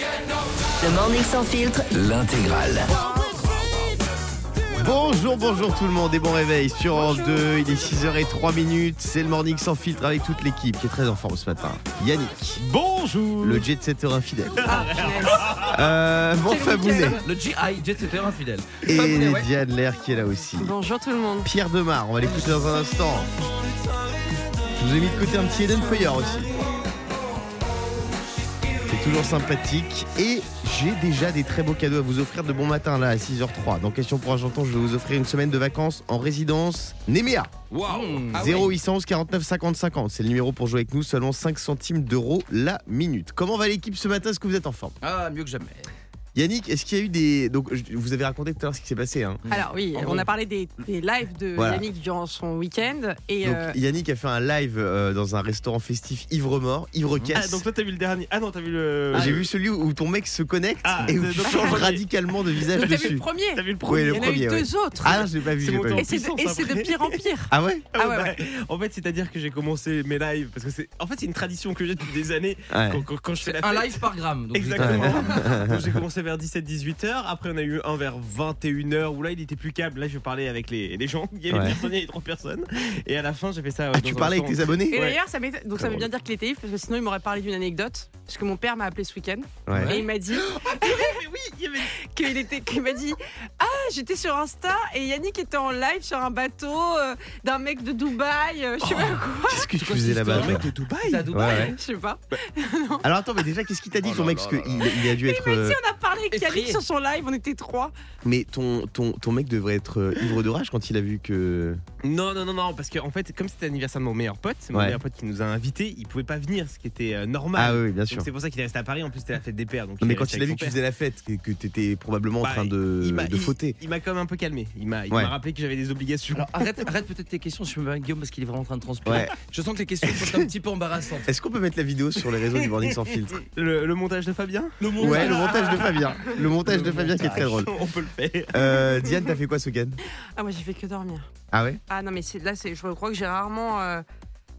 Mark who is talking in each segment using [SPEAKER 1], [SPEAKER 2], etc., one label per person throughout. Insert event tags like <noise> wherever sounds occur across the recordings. [SPEAKER 1] Le morning sans filtre,
[SPEAKER 2] L'intégrale.
[SPEAKER 3] Bonjour, bonjour tout le monde et bon réveil sur Orange 2. Il est 6h03 minutes. C'est le morning sans filtre avec toute l'équipe qui est très en forme ce matin. Yannick. Bonjour. Le jet setter infidèle.
[SPEAKER 4] Ah,
[SPEAKER 3] Euh, bon Fabounet.
[SPEAKER 4] Le GI, Jet Setter infidèle.
[SPEAKER 3] Et
[SPEAKER 4] Fabounet, ouais.
[SPEAKER 3] Diane Lair qui est là aussi.
[SPEAKER 5] Bonjour tout le monde.
[SPEAKER 3] Pierre Demar, on va l'écouter dans un instant. Je vous ai mis de côté un petit Eden Feuillard aussi. C'est toujours sympathique. Et j'ai déjà des très beaux cadeaux à vous offrir de bon matin là à 6h03. Dans Question pour un Janton, je vais vous offrir une semaine de vacances en résidence Néméa. Hmm.
[SPEAKER 4] Waouh. Ah
[SPEAKER 6] Ah
[SPEAKER 3] 0811 49 50 50. C'est le numéro pour jouer avec nous, seulement 5 centimes d'euros la minute. Comment va l'équipe ce matin Est-ce que vous êtes en forme
[SPEAKER 4] Ah, mieux que jamais.
[SPEAKER 3] Yannick, est-ce qu'il y a eu des. Donc, je- vous avez raconté tout à l'heure ce qui s'est passé. Hein.
[SPEAKER 5] Alors oui,
[SPEAKER 4] En
[SPEAKER 5] on
[SPEAKER 4] gros.
[SPEAKER 5] a parlé des, des lives de
[SPEAKER 3] Voilà.
[SPEAKER 5] Yannick durant son week-end et
[SPEAKER 3] Donc,
[SPEAKER 5] euh,
[SPEAKER 3] Yannick a fait un live euh, dans un restaurant festif ivre-mort,
[SPEAKER 6] Ah,
[SPEAKER 3] ivre-caisse.
[SPEAKER 6] donc toi t'as vu le dernier. Ah non, t'as vu le.
[SPEAKER 3] Euh, J'ai vu celui où ton mec se connecte
[SPEAKER 6] Ah,
[SPEAKER 3] et où
[SPEAKER 6] donc
[SPEAKER 3] tu
[SPEAKER 6] t'as
[SPEAKER 3] changes
[SPEAKER 6] vu le
[SPEAKER 3] radicalement de visage
[SPEAKER 5] donc t'as vu le
[SPEAKER 3] dessus.
[SPEAKER 5] premier
[SPEAKER 6] T'as vu le
[SPEAKER 3] Oui, le
[SPEAKER 6] premier.
[SPEAKER 5] Il y en a eu
[SPEAKER 3] premier, ouais.
[SPEAKER 5] deux autres
[SPEAKER 3] Ah non, je l'ai pas vu, j'ai
[SPEAKER 6] C'est
[SPEAKER 3] pas
[SPEAKER 6] mon
[SPEAKER 3] vu.
[SPEAKER 6] temps.
[SPEAKER 5] et c'est de,
[SPEAKER 6] puissance
[SPEAKER 5] et c'est de
[SPEAKER 6] après.
[SPEAKER 5] pire
[SPEAKER 3] <laughs>
[SPEAKER 5] en pire.
[SPEAKER 3] Ah ouais,
[SPEAKER 5] Ah ouais, ouais.
[SPEAKER 6] bah, En fait, c'est-à-dire que j'ai commencé mes lives parce que c'est. En fait, c'est une tradition que j'ai depuis des années.
[SPEAKER 3] Ouais.
[SPEAKER 6] Quand, quand- quand je fais la
[SPEAKER 4] Un
[SPEAKER 6] fête.
[SPEAKER 4] live par gramme. donc
[SPEAKER 6] Exactement. Donc, j'ai commencé vers 17-18 heures. Après, on a eu un vers 21 heures où là, il était plus câble. Là, je parlais avec les, les gens. Il y avait
[SPEAKER 3] Ouais.
[SPEAKER 6] personne, il y avait trois personnes. Et à la fin, j'ai fait ça. euh,
[SPEAKER 3] Ah,
[SPEAKER 6] dans
[SPEAKER 3] tu
[SPEAKER 6] un
[SPEAKER 3] parlais avec tes
[SPEAKER 6] restaurant.
[SPEAKER 3] abonnés
[SPEAKER 5] Et
[SPEAKER 6] Ouais.
[SPEAKER 5] d'ailleurs, ça, m'étonne- donc ça veut bien dire qu'il était if parce que sinon il m'aurait parlé d'une anecdote. Parce que mon père m'a appelé ce week-end
[SPEAKER 3] Ouais.
[SPEAKER 5] et il m'a dit
[SPEAKER 6] Mais oui, il y avait.
[SPEAKER 5] <laughs> qu'il était, qu'il m'a dit ah j'étais sur Insta et Yannick était en live sur un bateau euh, d'un mec de Dubaï, euh, je sais pas quoi,
[SPEAKER 3] Qu'est-ce que tu
[SPEAKER 4] quoi
[SPEAKER 3] faisais
[SPEAKER 4] cette
[SPEAKER 3] là-bas
[SPEAKER 4] histoire
[SPEAKER 3] toi
[SPEAKER 6] de Dubaï.
[SPEAKER 4] C'est à
[SPEAKER 3] Ouais,
[SPEAKER 4] Dubaï.
[SPEAKER 3] ouais.
[SPEAKER 5] je sais pas.
[SPEAKER 3] Alors attends, mais déjà, qu'est-ce qu'il t'a dit
[SPEAKER 4] Oh
[SPEAKER 3] ton
[SPEAKER 4] là
[SPEAKER 3] mec
[SPEAKER 4] là
[SPEAKER 3] Parce qu'il
[SPEAKER 4] là
[SPEAKER 3] il a dû être. euh,
[SPEAKER 5] On a parlé avec
[SPEAKER 4] Effrayé.
[SPEAKER 5] Yannick sur son live, on était trois.
[SPEAKER 3] Mais ton, ton, ton mec devrait être euh, ivre de rage quand il a vu que.
[SPEAKER 6] Non, non, non, non, parce que en fait, comme c'était l'anniversaire de mon meilleur pote, c'est mon
[SPEAKER 3] Ouais.
[SPEAKER 6] meilleur pote qui nous a invités, il pouvait pas venir, ce qui était euh, normal.
[SPEAKER 3] Ah oui, bien
[SPEAKER 6] Donc
[SPEAKER 3] sûr.
[SPEAKER 6] C'est pour ça qu'il est resté à Paris, en plus c'était la fête des pères. Donc
[SPEAKER 3] Non, mais
[SPEAKER 6] est
[SPEAKER 3] quand
[SPEAKER 6] resté
[SPEAKER 3] il a vu
[SPEAKER 6] avec
[SPEAKER 3] que
[SPEAKER 6] son
[SPEAKER 3] tu
[SPEAKER 6] père.
[SPEAKER 3] faisais la fête et que t'étais probablement en
[SPEAKER 6] Bah,
[SPEAKER 3] train de,
[SPEAKER 6] il m'a-
[SPEAKER 3] de
[SPEAKER 6] il-
[SPEAKER 3] fauter.
[SPEAKER 6] Il m'a quand même un peu calmé. Il m'a il
[SPEAKER 3] Ouais.
[SPEAKER 6] m'a rappelé que j'avais des obligations.
[SPEAKER 4] Alors arrête, arrête peut-être tes questions, je me mets Guillaume parce qu'il est vraiment en train de transpirer.
[SPEAKER 3] <laughs> Ouais.
[SPEAKER 4] Je sens que les questions sont un petit peu embarrassantes.
[SPEAKER 3] <laughs> Est-ce qu'on peut mettre la vidéo sur les réseaux du Morning Sans Filtre
[SPEAKER 6] Le, le montage de <laughs> Fabien
[SPEAKER 4] Le monde
[SPEAKER 3] Ouais, le montage de Fabien. Le montage de Fabien qui est très drôle.
[SPEAKER 6] On peut le faire.
[SPEAKER 3] Euh, Diane, t'as fait quoi ce week-end
[SPEAKER 5] Ah moi j'ai fait que dormir.
[SPEAKER 3] Ah ouais
[SPEAKER 5] Ah non, mais c'est- là, c'est- je crois que j'ai rarement, euh,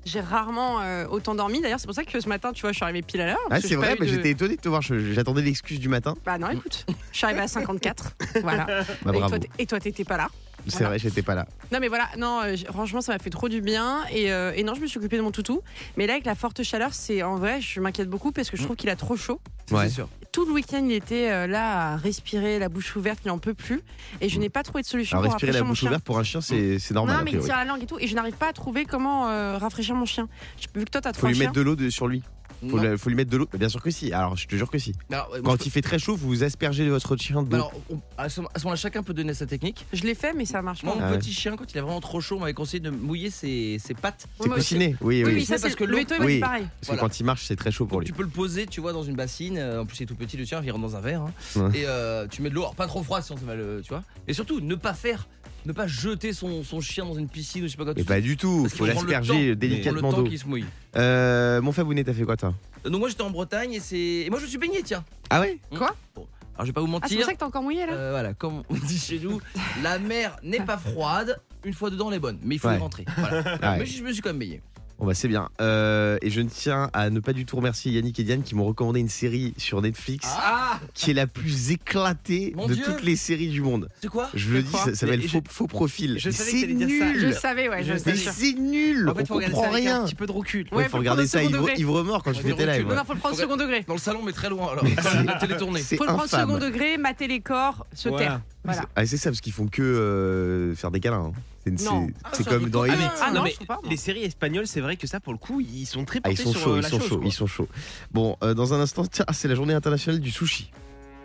[SPEAKER 5] j'ai rarement euh, autant dormi. D'ailleurs, c'est pour ça que ce matin, tu vois, je suis arrivée pile à l'heure.
[SPEAKER 3] Ah,
[SPEAKER 5] parce que
[SPEAKER 3] c'est
[SPEAKER 5] j'ai pas
[SPEAKER 3] vrai,
[SPEAKER 5] eu
[SPEAKER 3] mais
[SPEAKER 5] de-
[SPEAKER 3] j'étais étonné de te voir. je- J'attendais l'excuse du matin.
[SPEAKER 5] Bah
[SPEAKER 3] <laughs>
[SPEAKER 5] non, écoute, je suis arrivée à 54. voilà.
[SPEAKER 3] Bah,
[SPEAKER 5] et,
[SPEAKER 3] bravo.
[SPEAKER 5] toi, t'es- et toi, t'étais pas là.
[SPEAKER 3] C'est
[SPEAKER 5] voilà.
[SPEAKER 3] vrai, j'étais pas là.
[SPEAKER 5] Non, mais voilà, non, euh, j'ai- franchement, ça m'a fait trop du bien. Et, euh, et non, je me suis occupée de mon toutou. Mais là, avec la forte chaleur, c'est en vrai, je m'inquiète beaucoup parce
[SPEAKER 3] Mm.
[SPEAKER 5] que je trouve qu'il a trop chaud.
[SPEAKER 4] Ça,
[SPEAKER 3] Ouais.
[SPEAKER 4] c'est sûr.
[SPEAKER 5] Tout le week-end, il était euh, là à respirer, la bouche ouverte, il n'en peut plus. Et je n'ai pas trouvé de solution
[SPEAKER 3] Mm. Alors,
[SPEAKER 5] pour
[SPEAKER 3] respirer la
[SPEAKER 5] rafraîchir mon
[SPEAKER 3] bouche
[SPEAKER 5] chien.
[SPEAKER 3] ouverte pour un chien, c'est c'est normal.
[SPEAKER 5] non,
[SPEAKER 3] a
[SPEAKER 5] mais il
[SPEAKER 3] priori.
[SPEAKER 5] tire la langue et tout. Et je n'arrive pas à trouver comment euh, rafraîchir mon chien. Je- Vu que toi, t'as
[SPEAKER 3] Faut
[SPEAKER 5] trois
[SPEAKER 3] lui
[SPEAKER 5] chiens.
[SPEAKER 3] mettre de l'eau de- sur lui. Faut,
[SPEAKER 4] Non.
[SPEAKER 3] le- faut lui mettre de l'eau. Bien sûr que si. Alors, je te jure que si.
[SPEAKER 4] Alors, ouais, moi,
[SPEAKER 3] Quand il fait très chaud, vous aspergez votre chien
[SPEAKER 4] je peux-
[SPEAKER 3] d'eau.
[SPEAKER 4] alors, on- à ce à ce moment-là, chacun peut donner sa technique.
[SPEAKER 5] Je l'ai fait, mais ça marche
[SPEAKER 4] Moi,
[SPEAKER 5] pas.
[SPEAKER 4] mon
[SPEAKER 3] Ah ouais.
[SPEAKER 4] petit chien, quand il est vraiment trop chaud, on m'avait conseillé de mouiller ses, ses pattes.
[SPEAKER 3] C'est
[SPEAKER 5] moi aussi.
[SPEAKER 3] coussiné. Oui,
[SPEAKER 5] Oui,
[SPEAKER 3] oui.
[SPEAKER 5] oui, ça,
[SPEAKER 4] Parce
[SPEAKER 5] c'est
[SPEAKER 4] que
[SPEAKER 5] que
[SPEAKER 4] l'eau-
[SPEAKER 5] le veto, il m'a
[SPEAKER 3] oui.
[SPEAKER 5] dit pareil.
[SPEAKER 3] Parce
[SPEAKER 4] Voilà.
[SPEAKER 3] que quand il marche, c'est très chaud pour
[SPEAKER 4] Donc,
[SPEAKER 3] lui.
[SPEAKER 4] tu peux le poser, tu vois, dans une bassine. euh, En plus, il est tout petit, le chien, il rentre dans un verre. hein.
[SPEAKER 3] Ouais.
[SPEAKER 4] Et euh, tu mets de l'eau, alors pas trop froid, sinon ça va le. Tu vois. Et surtout, ne pas faire, ne pas jeter son, son chien dans une piscine ou je sais pas quoi.
[SPEAKER 3] Mais
[SPEAKER 4] tout-
[SPEAKER 3] pas du tout.
[SPEAKER 4] parce
[SPEAKER 3] Faut
[SPEAKER 4] qu'il prend le
[SPEAKER 3] l'asperger
[SPEAKER 4] temps. Prendre
[SPEAKER 3] délicatement
[SPEAKER 4] le temps
[SPEAKER 3] d'eau.
[SPEAKER 4] qu'il se mouille.
[SPEAKER 3] Euh, mon Fabounet, t'as fait quoi toi
[SPEAKER 4] Donc moi j'étais en Bretagne et c'est et moi je me suis baigné tiens.
[SPEAKER 3] Ah ouais
[SPEAKER 4] Alors je vais pas vous
[SPEAKER 5] Ah, c'est pour
[SPEAKER 4] mentir.
[SPEAKER 5] ça que t'es encore mouillé là
[SPEAKER 4] euh, voilà, comme on dit chez
[SPEAKER 5] <laughs>
[SPEAKER 4] nous, la mer n'est pas froide. Une fois dedans, elle est bonne, mais il faut
[SPEAKER 3] Ouais.
[SPEAKER 4] y rentrer. Voilà.
[SPEAKER 3] Ah ouais.
[SPEAKER 4] Mais je je me suis quand même baigné.
[SPEAKER 3] Bon bah c'est bien. Euh, et je ne tiens à ne pas du tout remercier Yannick et Diane qui m'ont recommandé une série sur Netflix
[SPEAKER 4] Ah,
[SPEAKER 3] qui est la plus éclatée
[SPEAKER 4] Mon
[SPEAKER 3] de
[SPEAKER 4] Dieu.
[SPEAKER 3] toutes les séries du monde.
[SPEAKER 4] c'est quoi
[SPEAKER 3] Je le dis,
[SPEAKER 6] crois.
[SPEAKER 3] ça ça s'appelle
[SPEAKER 6] Mais
[SPEAKER 3] faux, faux profil.
[SPEAKER 6] je
[SPEAKER 3] Mais
[SPEAKER 6] savais que
[SPEAKER 3] c'est
[SPEAKER 6] t'allais dire ça.
[SPEAKER 5] Je
[SPEAKER 3] nul.
[SPEAKER 5] le savais, ouais, je
[SPEAKER 6] Je
[SPEAKER 5] le
[SPEAKER 3] Mais
[SPEAKER 5] savais.
[SPEAKER 6] savais.
[SPEAKER 3] c'est nul.
[SPEAKER 6] En fait, faut
[SPEAKER 3] On
[SPEAKER 6] regarder
[SPEAKER 3] comprend
[SPEAKER 6] ça avec
[SPEAKER 3] rien.
[SPEAKER 6] un petit peu de recul.
[SPEAKER 3] Ouais, faut regarder ça ivre,
[SPEAKER 5] degré.
[SPEAKER 3] mort quand je
[SPEAKER 4] Faut
[SPEAKER 3] fais
[SPEAKER 4] le
[SPEAKER 3] tes
[SPEAKER 4] prendre au
[SPEAKER 3] lives.
[SPEAKER 5] Non, non, faut le prendre
[SPEAKER 4] Faut-
[SPEAKER 5] second degré.
[SPEAKER 4] Dans le salon, mais très loin. Alors, <laughs> la télétournée.
[SPEAKER 3] C'est
[SPEAKER 5] Faut le prendre
[SPEAKER 3] infâme.
[SPEAKER 5] second degré, mater les corps, se taire. Voilà.
[SPEAKER 3] Ah, c'est ça, parce qu'ils font que euh, faire des câlins. hein. C'est-
[SPEAKER 5] Non.
[SPEAKER 3] C'est c'est comme dans Elite.
[SPEAKER 5] Ah
[SPEAKER 6] non,
[SPEAKER 5] non,
[SPEAKER 6] mais
[SPEAKER 5] je sais pas. moi.
[SPEAKER 6] Les séries espagnoles, c'est vrai que ça, pour le coup, ils sont très
[SPEAKER 3] Ah,
[SPEAKER 6] portés
[SPEAKER 3] ils sont
[SPEAKER 6] sur
[SPEAKER 3] chauds,
[SPEAKER 6] euh,
[SPEAKER 3] ils
[SPEAKER 6] la
[SPEAKER 3] sont
[SPEAKER 6] chose,
[SPEAKER 3] chauds,
[SPEAKER 6] quoi.
[SPEAKER 3] ils sont chauds. Bon, euh, dans un instant, tiens, c'est la journée internationale du sushi.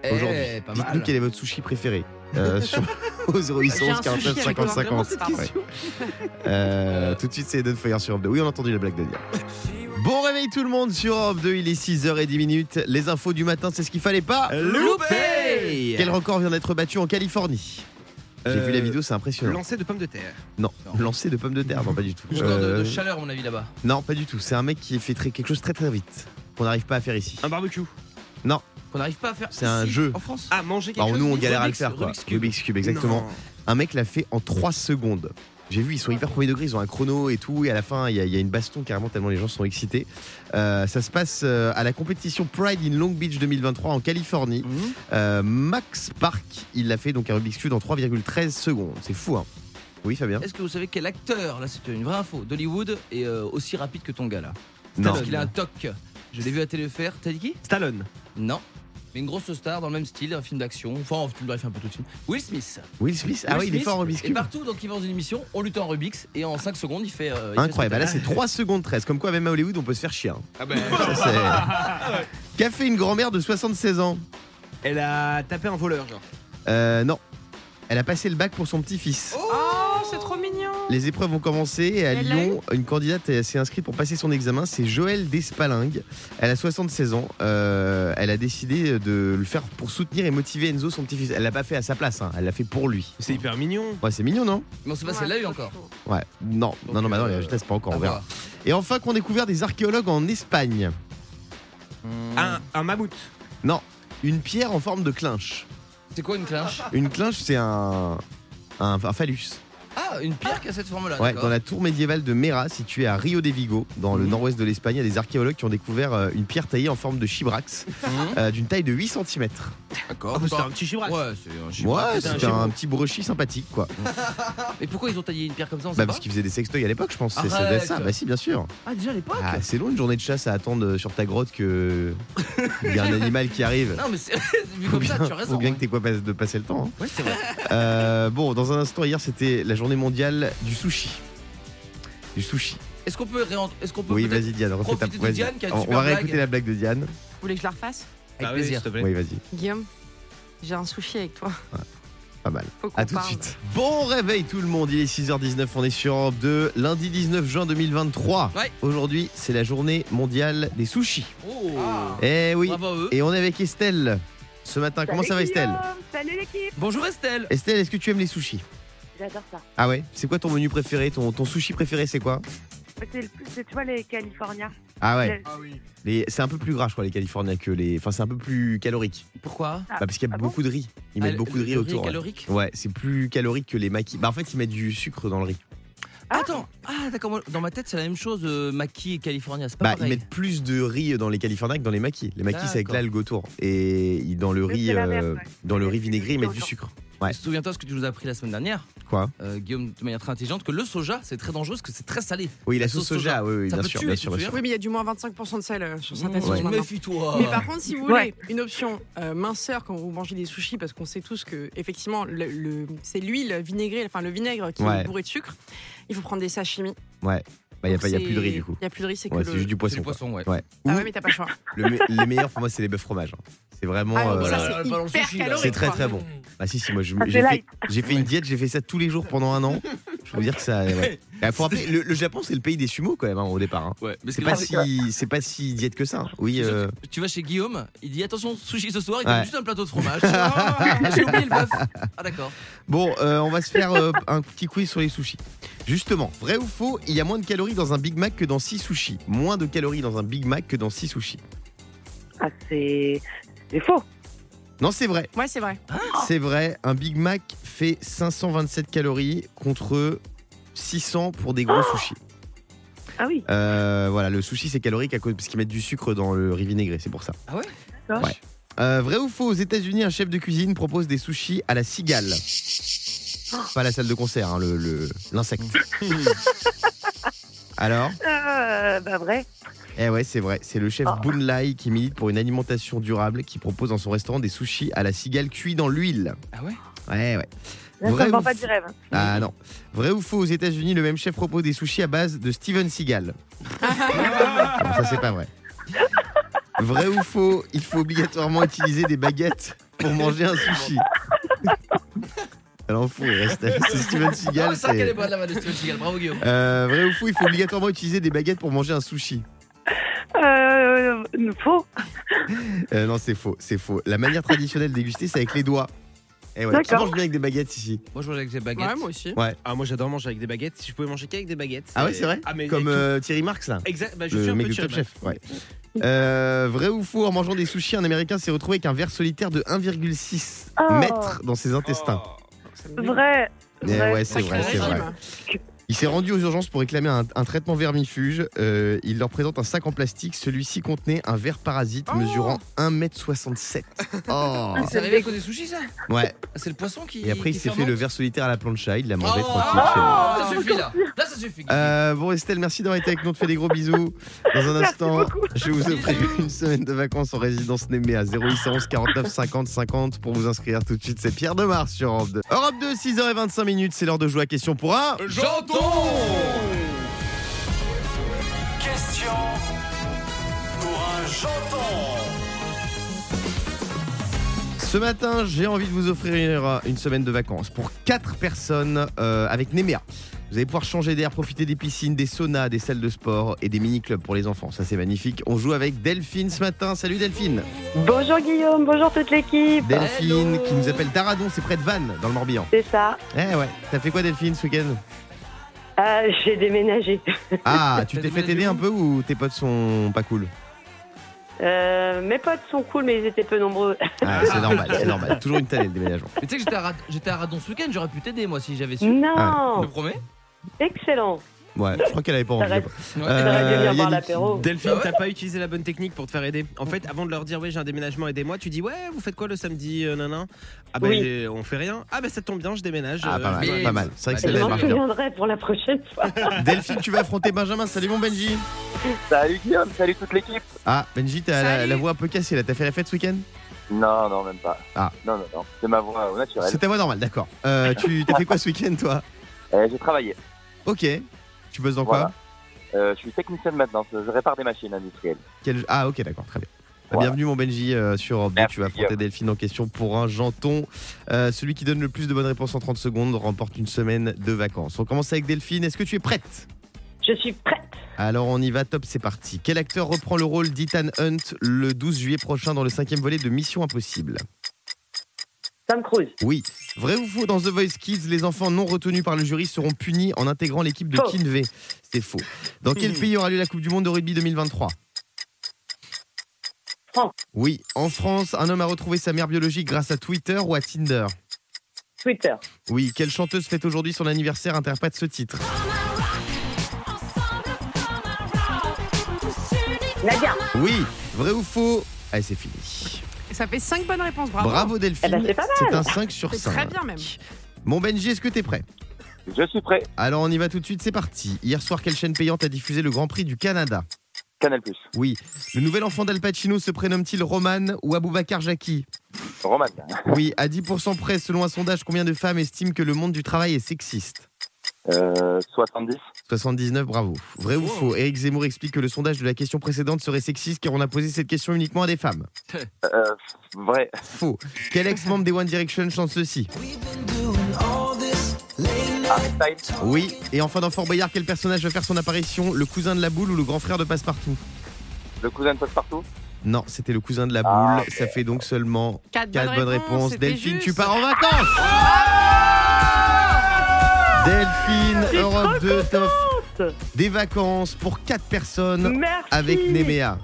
[SPEAKER 4] Eh,
[SPEAKER 3] Aujourd'hui,
[SPEAKER 4] pas
[SPEAKER 3] dites-nous
[SPEAKER 4] mal.
[SPEAKER 3] quel est votre sushi préféré. Euh, sur, au 0811
[SPEAKER 5] J'ai un
[SPEAKER 3] 49
[SPEAKER 5] sushi
[SPEAKER 3] 50
[SPEAKER 5] avec
[SPEAKER 3] 50. Ouais. Euh, tout de suite, c'est Eden Fire sur Europe 2. Oui, on a entendu la blague de Nia. Bon réveil tout le monde sur Europe 2, il est 6h10 minutes. Les infos du matin, c'est ce qu'il fallait pas.
[SPEAKER 6] Loupé
[SPEAKER 3] Quel record vient d'être battu en Californie J'ai
[SPEAKER 6] Euh,
[SPEAKER 3] vu la vidéo, c'est impressionnant.
[SPEAKER 6] Lancé de pommes de terre.
[SPEAKER 3] Non,
[SPEAKER 4] Non.
[SPEAKER 3] lancer de pommes de terre, non pas du tout.
[SPEAKER 4] Score de,
[SPEAKER 3] Euh,
[SPEAKER 4] de chaleur, à mon avis, là-bas.
[SPEAKER 3] non, pas du tout. C'est un mec qui fait très- quelque chose très très vite qu'on n'arrive pas à faire ici.
[SPEAKER 6] Un barbecue.
[SPEAKER 4] Qu'on n'arrive pas à faire.
[SPEAKER 3] C'est un
[SPEAKER 4] ici,
[SPEAKER 3] jeu.
[SPEAKER 4] En France.
[SPEAKER 6] Ah, manger quelque
[SPEAKER 3] Alors
[SPEAKER 6] chose.
[SPEAKER 3] Bah, nous on
[SPEAKER 4] Rubik's-
[SPEAKER 3] galère à le faire quoi.
[SPEAKER 4] Rubik's Cube.
[SPEAKER 3] exactement.
[SPEAKER 6] Non.
[SPEAKER 3] Un mec l'a fait en 3 secondes. J'ai vu, ils sont hyper premier degré, ils ont un chrono et tout, et à la fin, il y, a- il y a une baston carrément tellement les gens sont excités. Euh, ça se passe euh, à la compétition Pride in Long Beach 2023 en Californie.
[SPEAKER 4] Mmh.
[SPEAKER 3] Euh, Max Park, il l'a fait donc un Rubik's Cube en 3,13 secondes. C'est fou, hein Oui, Fabien
[SPEAKER 4] Est-ce que vous savez quel acteur, là c'est une vraie info, d'Hollywood est euh, aussi rapide que ton gars là
[SPEAKER 3] Non.
[SPEAKER 4] Parce qu'il a un toc. Je l'ai vu à télé faire. T'as dit qui
[SPEAKER 6] Stallone.
[SPEAKER 4] Non. Mais une grosse star dans le même style, un film d'action. Enfin, tu l'aurais fait un peu tout de suite. Will Smith.
[SPEAKER 3] Will Smith Ah
[SPEAKER 4] Will
[SPEAKER 3] oui, il est
[SPEAKER 4] Smith,
[SPEAKER 3] fort en Rubik's
[SPEAKER 4] Et
[SPEAKER 3] Cube.
[SPEAKER 4] partout, donc il va dans une émission, on lutte en Rubik's et en 5 secondes, il fait. euh, il fait
[SPEAKER 3] Incroyable. Ah, Là,
[SPEAKER 4] son
[SPEAKER 3] c'est 3 secondes 13. Comme quoi, même à Hollywood, on peut se faire
[SPEAKER 4] <laughs>
[SPEAKER 3] chier. hein.
[SPEAKER 1] Ah ben,
[SPEAKER 3] Ça, c'est- Qu'a fait une grand-mère de 76 ans
[SPEAKER 6] Elle a tapé un voleur, genre.
[SPEAKER 3] Euh, non. Elle a passé le bac pour son petit-fils.
[SPEAKER 5] Oh, c'est trop mignon.
[SPEAKER 3] Les épreuves ont commencé à
[SPEAKER 5] Elle
[SPEAKER 3] Lyon. Une candidate euh, s'est inscrite pour passer son examen. C'est Joëlle Despalingue. Elle a 76 ans. Euh, elle a décidé de le faire pour soutenir et motiver Enzo, son petit-fils. Elle l'a pas fait à sa place. hein. Elle l'a fait pour lui.
[SPEAKER 6] C'est hyper mignon.
[SPEAKER 3] Ouais, c'est mignon, non
[SPEAKER 4] toc. Mais on sait pas si elle l'a eu Bah, encore.
[SPEAKER 3] Ouais. Non,
[SPEAKER 4] Donc,
[SPEAKER 3] non, non, bah non,
[SPEAKER 4] euh,
[SPEAKER 3] les résultats, c'est pas encore.
[SPEAKER 4] À
[SPEAKER 3] On verra.
[SPEAKER 4] voir.
[SPEAKER 3] Et enfin, qu'ont découvert des archéologues en Espagne
[SPEAKER 6] Un, un mammouth.
[SPEAKER 3] une pierre en forme de clinche.
[SPEAKER 4] C'est quoi une clinche
[SPEAKER 3] Une clinche, c'est un, un, un phallus.
[SPEAKER 4] Ah, une pierre qui a cette forme-là.
[SPEAKER 3] Ouais,
[SPEAKER 4] d'accord.
[SPEAKER 3] dans la tour médiévale de Mera, située à Rio de Vigo, dans le
[SPEAKER 4] Mhm.
[SPEAKER 3] nord-ouest de l'Espagne, il y a des archéologues qui ont découvert euh, une pierre taillée en forme de chibrax,
[SPEAKER 4] Mhm,
[SPEAKER 3] euh, d'une taille de 8 cm. Oh, Ah,
[SPEAKER 4] D'accord.
[SPEAKER 6] Ah, c'est un petit chibrax.
[SPEAKER 4] Ouais, c'est un chibrax.
[SPEAKER 3] Ouais,
[SPEAKER 6] c'est un
[SPEAKER 3] c'était un, petit brochis sympathique, quoi.
[SPEAKER 4] Mais pourquoi ils ont taillé une pierre comme ça on sait
[SPEAKER 3] Bah,
[SPEAKER 4] pas
[SPEAKER 3] parce qu'ils faisaient des sextoys à l'époque, je pense. C'est ça, doit
[SPEAKER 4] Arrête.
[SPEAKER 3] être ça. Bah, si, bien sûr.
[SPEAKER 4] Ah, déjà à l'époque
[SPEAKER 3] Ah, c'est long une journée de chasse à attendre euh, sur ta grotte que. Il
[SPEAKER 4] <laughs>
[SPEAKER 3] y a un animal qui arrive.
[SPEAKER 4] Non, mais c'est <laughs> vu
[SPEAKER 3] Faut
[SPEAKER 4] comme
[SPEAKER 3] bien,
[SPEAKER 4] ça, tu as raison.
[SPEAKER 3] faut bien que
[SPEAKER 4] hein.
[SPEAKER 3] t'aies quoi pas- de passer le temps. hein.
[SPEAKER 4] Ouais, c'est vrai.
[SPEAKER 3] Euh, bon, dans un instant, hier, c'était la journée mondiale du sushi. Du sushi.
[SPEAKER 4] Est-ce qu'on peut, réent- est-ce qu'on peut
[SPEAKER 3] Oui,
[SPEAKER 4] peut-être-
[SPEAKER 3] vas-y, Diane, refais ta
[SPEAKER 4] profiter de
[SPEAKER 3] vas-y.
[SPEAKER 4] Diane qui a une
[SPEAKER 3] On on
[SPEAKER 4] super
[SPEAKER 3] va
[SPEAKER 4] blague.
[SPEAKER 3] réécouter la blague de Diane.
[SPEAKER 5] Vous voulez que je la refasse
[SPEAKER 4] Avec
[SPEAKER 6] Ah oui,
[SPEAKER 4] plaisir.
[SPEAKER 6] s'il te plaît.
[SPEAKER 3] Bah Oui, vas-y,
[SPEAKER 5] Guillaume, j'ai un souci avec toi.
[SPEAKER 3] pas mal.
[SPEAKER 5] Faut qu'on
[SPEAKER 3] À tout de
[SPEAKER 5] parle.
[SPEAKER 3] suite. Bon réveil tout le monde, il est 6h19, on est sur Europe 2, lundi 19 juin 2023.
[SPEAKER 4] Ouais.
[SPEAKER 3] Aujourd'hui, c'est la journée mondiale des sushis.
[SPEAKER 4] Oh
[SPEAKER 3] Eh oui,
[SPEAKER 4] Bravo à eux.
[SPEAKER 3] et on est avec Estelle ce matin. Comment ça va Estelle
[SPEAKER 2] Salut l'équipe
[SPEAKER 4] Bonjour Estelle.
[SPEAKER 3] Estelle, est-ce que tu aimes les sushis
[SPEAKER 2] J'adore ça.
[SPEAKER 3] Ah ouais C'est quoi ton menu préféré Ton, ton sushi préféré, c'est quoi
[SPEAKER 2] C'est, le plus- c'est- tu vois les Californiens.
[SPEAKER 3] Ah ouais,
[SPEAKER 2] Le-
[SPEAKER 3] les- c'est un peu plus gras, je crois, les Californiens que les. Enfin, c'est un peu plus calorique.
[SPEAKER 4] Pourquoi
[SPEAKER 3] Bah, parce qu'il y a
[SPEAKER 2] Ah bon
[SPEAKER 3] beaucoup de riz. Ils
[SPEAKER 4] Ah,
[SPEAKER 3] mettent beaucoup de
[SPEAKER 4] le-
[SPEAKER 3] riz
[SPEAKER 4] le
[SPEAKER 3] autour.
[SPEAKER 4] est
[SPEAKER 3] ouais.
[SPEAKER 4] calorique.
[SPEAKER 3] Ouais, c'est plus calorique que les maquis. Bah en fait, ils mettent du sucre dans le riz.
[SPEAKER 2] Ah.
[SPEAKER 4] Attends, ah d'accord, moi, dans ma tête c'est la même chose, euh, Maquis et California, c'est pas
[SPEAKER 3] Bah, ils
[SPEAKER 4] pareil.
[SPEAKER 3] mettent plus de riz dans les Californiens que dans les maquis. Les maquis, c'est avec
[SPEAKER 4] D'accord.
[SPEAKER 3] l'algue autour. Et ils- dans le
[SPEAKER 2] Oui,
[SPEAKER 3] riz,
[SPEAKER 2] c'est la même,
[SPEAKER 3] euh,
[SPEAKER 2] ouais.
[SPEAKER 3] dans le
[SPEAKER 2] Et
[SPEAKER 3] riz
[SPEAKER 2] puis,
[SPEAKER 3] vinaigré, ils
[SPEAKER 2] c'est
[SPEAKER 3] mettent du
[SPEAKER 2] autour.
[SPEAKER 3] sucre. Ouais.
[SPEAKER 4] Souviens-toi ce que tu nous as appris la semaine dernière,
[SPEAKER 3] Quoi
[SPEAKER 4] euh, Guillaume, de manière très intelligente, que le soja, c'est très dangereux parce que c'est très salé.
[SPEAKER 3] Oui, la
[SPEAKER 4] La
[SPEAKER 3] sauce
[SPEAKER 4] sauce soja.
[SPEAKER 3] soja, oui, oui,
[SPEAKER 4] Ça
[SPEAKER 3] bien
[SPEAKER 4] peut
[SPEAKER 3] sûr,
[SPEAKER 4] tuer,
[SPEAKER 3] bien
[SPEAKER 4] tu
[SPEAKER 3] sûr,
[SPEAKER 4] te
[SPEAKER 3] bien sûr.
[SPEAKER 5] Oui, mais il y a du moins 25% de sel euh, sur certaines
[SPEAKER 4] Mmh,
[SPEAKER 5] sauces maintenant.
[SPEAKER 4] Méfie-toi.
[SPEAKER 3] Oh.
[SPEAKER 5] Mais par contre, si vous voulez
[SPEAKER 2] Ouais.
[SPEAKER 5] une option euh, minceur quand vous mangez des sushis, parce qu'on sait tous que effectivement le, le- c'est l'huile vinaigrée, enfin le vinaigre qui
[SPEAKER 3] Ouais.
[SPEAKER 5] est bourré de sucre, il faut prendre des sashimi.
[SPEAKER 3] Bah, il n'y a,
[SPEAKER 5] Donc
[SPEAKER 3] pas- y a
[SPEAKER 5] c'est-
[SPEAKER 3] plus de riz du coup.
[SPEAKER 5] Il n'y a plus de riz, c'est
[SPEAKER 3] Ouais,
[SPEAKER 5] que
[SPEAKER 3] c'est
[SPEAKER 5] le.
[SPEAKER 3] juste du Oh,
[SPEAKER 4] C'est
[SPEAKER 3] poisson.
[SPEAKER 4] du
[SPEAKER 3] quoi.
[SPEAKER 4] poisson, ouais.
[SPEAKER 5] Ah
[SPEAKER 3] Ou-
[SPEAKER 5] ouais, mais t'as pas le choix.
[SPEAKER 3] Le me- les meilleurs pour moi, c'est les bœufs fromage. hein. C'est vraiment. euh,
[SPEAKER 5] Ah, donc
[SPEAKER 4] voilà.
[SPEAKER 5] ça
[SPEAKER 4] Pas
[SPEAKER 5] c'est
[SPEAKER 4] dans le
[SPEAKER 5] hyper
[SPEAKER 4] sushi, là.
[SPEAKER 5] calorique.
[SPEAKER 3] c'est très
[SPEAKER 5] quoi.
[SPEAKER 3] très bon. Bah si, si, moi je-
[SPEAKER 2] Ah,
[SPEAKER 3] j'ai
[SPEAKER 2] c'est
[SPEAKER 3] fait,
[SPEAKER 2] light.
[SPEAKER 3] j'ai fait une diète, j'ai fait ça tous les jours pendant un an. Je peux vous dire que ça. Ouais. Bah, faut rappeler, le, le Japon, c'est le pays des sumo quand même hein, au départ. hein.
[SPEAKER 4] Ouais, parce
[SPEAKER 3] C'est
[SPEAKER 4] que
[SPEAKER 3] pas
[SPEAKER 4] tu-
[SPEAKER 3] si, c'est pas si diète que ça. Oui. euh,
[SPEAKER 4] Tu vas chez Guillaume, il dit attention, sushi ce soir, il te
[SPEAKER 3] Ouais.
[SPEAKER 4] donne juste un plateau de fromage. Ah, J'ai oublié le bœuf. Ah d'accord.
[SPEAKER 3] Bon, euh, on va se faire euh, un petit quiz sur les sushis. Justement, vrai ou faux, il y a moins de calories dans un Big Mac que dans 6 sushis. Moins de calories dans un Big Mac que dans 6 sushis.
[SPEAKER 2] Ah, c'est... c'est faux.
[SPEAKER 3] Non, c'est vrai.
[SPEAKER 5] Ouais, c'est vrai.
[SPEAKER 3] <laughs> C'est vrai, un Big Mac fait 527 calories contre 600 pour des gros sushis.
[SPEAKER 2] Ah oui.
[SPEAKER 3] Euh, voilà, le sushi c'est calorique à cause parce qu'ils mettent du sucre dans le riz vinaigré, c'est pour ça.
[SPEAKER 4] Ah ouais
[SPEAKER 2] D'accord.
[SPEAKER 3] Ouais. Euh, vrai ou faux, aux États-Unis, un chef de cuisine propose des sushis à la
[SPEAKER 2] <gasps>
[SPEAKER 3] cigale. Pas la salle de concert, hein, le- le-
[SPEAKER 2] <laughs>
[SPEAKER 3] l'insecte. Alors
[SPEAKER 2] Euh, bah vrai.
[SPEAKER 3] Eh ouais, c'est vrai. C'est le chef
[SPEAKER 2] Ah.
[SPEAKER 3] Boonlai qui milite pour une alimentation durable qui propose dans son restaurant des sushis à la cigale cuits dans l'huile.
[SPEAKER 4] Ah ouais
[SPEAKER 3] Ouais, ouais.
[SPEAKER 2] Là,
[SPEAKER 3] Vrai
[SPEAKER 2] ça me vend
[SPEAKER 3] ou
[SPEAKER 2] pas
[SPEAKER 3] faux
[SPEAKER 2] du rêve.
[SPEAKER 3] Ah non. Vrai ou faux, aux États-Unis, le même chef propose des sushis à base de Steven Seagal.
[SPEAKER 6] Ah,
[SPEAKER 3] Non, ça, c'est pas
[SPEAKER 2] <laughs>
[SPEAKER 3] vrai. Vrai ou faux, il faut obligatoirement utiliser des baguettes pour manger un sushi.
[SPEAKER 2] <laughs>
[SPEAKER 3] Elle en fout, il reste. C'est Steven
[SPEAKER 4] Ah,
[SPEAKER 3] Seagal.
[SPEAKER 4] mais c'est vrai qu'elle est
[SPEAKER 3] c'est-
[SPEAKER 4] bonne la vanne de Steven Seagal. Bravo Guillaume.
[SPEAKER 3] Euh, vrai ou faux, il faut obligatoirement utiliser des baguettes pour manger un sushi.
[SPEAKER 2] Euh, faux.
[SPEAKER 3] Euh, non, c'est faux, c'est faux. La manière traditionnelle de déguster, c'est avec les doigts. Et ouais, tu
[SPEAKER 2] D'accord.
[SPEAKER 3] manges bien avec des baguettes ici.
[SPEAKER 4] Moi je mange avec des baguettes.
[SPEAKER 5] Ouais, moi aussi.
[SPEAKER 6] Ah, moi j'adore manger avec des baguettes. Si je pouvais manger qu'avec des baguettes.
[SPEAKER 3] Ah ouais, c'est vrai
[SPEAKER 6] Ah, mais
[SPEAKER 3] Comme
[SPEAKER 6] avec tout.
[SPEAKER 3] euh, Thierry Marx, là.
[SPEAKER 6] Exact, bah, je suis
[SPEAKER 3] Le
[SPEAKER 6] un
[SPEAKER 3] mec
[SPEAKER 6] peu
[SPEAKER 3] de
[SPEAKER 6] Thierry
[SPEAKER 3] Top Chef. Ouais. Euh, vrai ou faux, en mangeant des sushis, un Américain s'est retrouvé avec un ver solitaire de 1,6
[SPEAKER 2] Oh.
[SPEAKER 6] Oh.
[SPEAKER 3] mètres dans ses intestins.
[SPEAKER 5] Ça me dit.
[SPEAKER 2] Vrai.
[SPEAKER 3] Mais
[SPEAKER 2] Ouais,
[SPEAKER 3] ouais, c'est
[SPEAKER 5] Sacré
[SPEAKER 3] vrai, c'est vrai.
[SPEAKER 5] régime.
[SPEAKER 3] Il s'est rendu aux urgences pour réclamer un, un traitement vermifuge. Euh, il leur présente un sac en plastique. Celui-ci contenait un ver parasite
[SPEAKER 5] Oh.
[SPEAKER 3] mesurant 1m67.
[SPEAKER 2] <laughs>
[SPEAKER 3] Oh.
[SPEAKER 4] C'est arrivé à cause des sushis, ça
[SPEAKER 3] Ouais.
[SPEAKER 4] Ah, C'est le poisson qui.
[SPEAKER 3] Et après, il
[SPEAKER 4] qui
[SPEAKER 3] s'est fait le
[SPEAKER 4] fermente
[SPEAKER 3] ver solitaire à la plancha. Il l'a
[SPEAKER 6] Oh.
[SPEAKER 3] mangé tranquille chez lui.
[SPEAKER 4] Oh, ça suffit là. Là, ça suffit.
[SPEAKER 3] Euh, bon Estelle, merci d'avoir été avec nous, on te fait des gros bisous. Dans un instant, je vais vous offrir une semaine de vacances en résidence Némé à 0811 49 50 50 pour vous inscrire tout de suite. C'est Pierre de Mars sur Europe 2. Europe 2, 6h25 minutes, c'est l'heure de jouer à question pour un.
[SPEAKER 4] J'entends
[SPEAKER 1] Question pour un janton.
[SPEAKER 3] Ce matin, j'ai envie de vous offrir une semaine de vacances pour 4 personnes euh, avec Néméa. Vous allez pouvoir changer d'air, profiter des piscines, des saunas, des salles de sport et des mini-clubs pour les enfants. Ça, c'est magnifique. On joue avec Delphine ce matin. Salut Delphine.
[SPEAKER 2] Bonjour Guillaume, bonjour toute l'équipe.
[SPEAKER 3] Delphine
[SPEAKER 4] Hello.
[SPEAKER 3] qui nous appelle d'Aradon, c'est près de Vannes, dans le Morbihan.
[SPEAKER 2] C'est ça.
[SPEAKER 3] Eh ouais. T'as fait quoi Delphine ce week-end
[SPEAKER 2] Ah, j'ai déménagé.
[SPEAKER 4] <laughs>
[SPEAKER 3] Ah, tu
[SPEAKER 4] T'as
[SPEAKER 3] t'es fait
[SPEAKER 4] déménagé
[SPEAKER 3] aider
[SPEAKER 4] où
[SPEAKER 3] un peu ou tes potes sont pas cool
[SPEAKER 2] Euh, mes potes sont cool, mais ils étaient peu nombreux.
[SPEAKER 4] <laughs>
[SPEAKER 3] ah, C'est normal, c'est normal. Toujours une tannée le déménagement.
[SPEAKER 4] Mais tu sais que j'étais à, Rad- j'étais à Radon ce week-end, j'aurais pu t'aider moi si j'avais su.
[SPEAKER 3] Ah.
[SPEAKER 4] Je te
[SPEAKER 2] Non,
[SPEAKER 4] promets
[SPEAKER 2] excellent.
[SPEAKER 3] Ouais, je crois qu'elle avait pas envie.
[SPEAKER 2] T'arrêtes.
[SPEAKER 4] Ouais.
[SPEAKER 3] Euh,
[SPEAKER 2] Ça aurait dû venir boire
[SPEAKER 3] Yannick.
[SPEAKER 2] l'apéro.
[SPEAKER 6] Delphine,
[SPEAKER 4] Ah
[SPEAKER 3] Bah
[SPEAKER 4] ouais
[SPEAKER 6] t'as pas utilisé la bonne technique pour te faire aider. En fait, avant de leur dire, ouais, j'ai un déménagement, aidez-moi, tu dis, ouais, vous faites quoi le samedi, euh, nanan Ah, ben,
[SPEAKER 2] Oui.
[SPEAKER 6] j'ai- on fait rien. Ah, ben, ça tombe bien, je déménage.
[SPEAKER 3] Ah,
[SPEAKER 6] euh,
[SPEAKER 3] pas mal,
[SPEAKER 4] mais-
[SPEAKER 3] pas mal. C'est vrai que
[SPEAKER 4] Elle
[SPEAKER 2] Je
[SPEAKER 3] celle-là elle
[SPEAKER 2] m'en
[SPEAKER 3] marche bien.
[SPEAKER 2] souviendrai pour la prochaine fois.
[SPEAKER 3] Delphine, tu vas affronter Benjamin. Salut mon Benji.
[SPEAKER 1] Salut Guillaume, salut toute l'équipe.
[SPEAKER 3] Ah, Benji, t'as la,
[SPEAKER 5] Salut.
[SPEAKER 3] la voix un peu cassée là. T'as fait la fête ce week-end
[SPEAKER 1] Non, non, même pas.
[SPEAKER 3] Ah.
[SPEAKER 1] Non, non, non. C'est ma voix au naturel.
[SPEAKER 3] C'est ta voix normale, d'accord. Euh, tu t'as fait quoi ce week-end, toi
[SPEAKER 1] Euh, j'ai travaillé.
[SPEAKER 3] Ok. Tu bosses dans
[SPEAKER 1] Voilà.
[SPEAKER 3] quoi
[SPEAKER 1] Euh, je suis technicien de maintenance. Je répare des machines industrielles.
[SPEAKER 3] Quel- Ah, ok, d'accord, très bien. Bah,
[SPEAKER 1] Voilà.
[SPEAKER 3] Bienvenue, mon Benji, euh, sur Europe 2.
[SPEAKER 1] Merci,
[SPEAKER 3] Tu vas affronter Delphine en question pour un janton. Euh, celui qui donne le plus de bonnes réponses en 30 secondes remporte une semaine de vacances. On commence avec Delphine. Est-ce que tu es prête
[SPEAKER 2] Je suis prête.
[SPEAKER 3] Alors, on y va, top, c'est parti. Quel acteur reprend le rôle d'Ethan Hunt le 12 juillet prochain dans le cinquième volet de Mission Impossible
[SPEAKER 2] Tom Cruise.
[SPEAKER 3] Oui. Vrai ou faux, dans The Voice Kids, les enfants non retenus par le jury seront punis en intégrant l'équipe de
[SPEAKER 2] Faux.
[SPEAKER 3] Kinvey. C'est faux. Dans quel
[SPEAKER 2] Hmm.
[SPEAKER 3] pays aura lieu la Coupe du Monde de rugby 2023
[SPEAKER 2] France.
[SPEAKER 3] Oui. En France, un homme a retrouvé sa mère biologique grâce à Twitter ou à Tinder.
[SPEAKER 2] Twitter.
[SPEAKER 3] Oui. Quelle chanteuse fête aujourd'hui son anniversaire interprète ce titre
[SPEAKER 2] Nadia.
[SPEAKER 3] Oui. Vrai ou faux Allez, c'est fini.
[SPEAKER 5] Ça fait 5 bonnes réponses, bravo.
[SPEAKER 3] Bravo, Delphine.
[SPEAKER 2] Eh ben, c'est pas mal.
[SPEAKER 3] c'est un 5 sur
[SPEAKER 5] C'est
[SPEAKER 3] 5.
[SPEAKER 5] très bien même.
[SPEAKER 3] Mon Benji, est-ce que t'es prêt
[SPEAKER 1] Je suis prêt.
[SPEAKER 3] Alors on y va tout de suite, c'est parti. Hier soir, quelle chaîne payante a diffusé le Grand Prix du Canada
[SPEAKER 1] Canal Plus.
[SPEAKER 3] Oui. Le nouvel enfant d'Al Pacino se prénomme-t-il Roman ou Aboubacar Jackie
[SPEAKER 1] Roman. hein.
[SPEAKER 3] Oui, à 10% près, selon un sondage, combien de femmes estiment que le monde du travail est sexiste
[SPEAKER 1] Euh, 70.
[SPEAKER 3] 79, bravo. Vrai ou faux Eric Zemmour explique que le sondage de la question précédente serait sexiste car on a posé cette question uniquement à des femmes.
[SPEAKER 1] Euh, vrai.
[SPEAKER 3] Faux. Quel ex-membre des One Direction chante ceci
[SPEAKER 1] Einstein.
[SPEAKER 3] Oui. Et enfin, dans Fort Boyard, quel personnage va faire son apparition Le cousin de la boule ou le grand frère de Passepartout
[SPEAKER 1] Le cousin de partout.
[SPEAKER 3] Non, c'était le cousin de la boule.
[SPEAKER 1] Ah,
[SPEAKER 3] Ça fait donc seulement
[SPEAKER 5] 4
[SPEAKER 3] 4 bonnes réponses. Delphine, tu pars en vacances
[SPEAKER 2] Ah
[SPEAKER 3] Delphine, Europe 2 t'offre des vacances pour 4 personnes
[SPEAKER 2] Merci.
[SPEAKER 3] avec Néméa.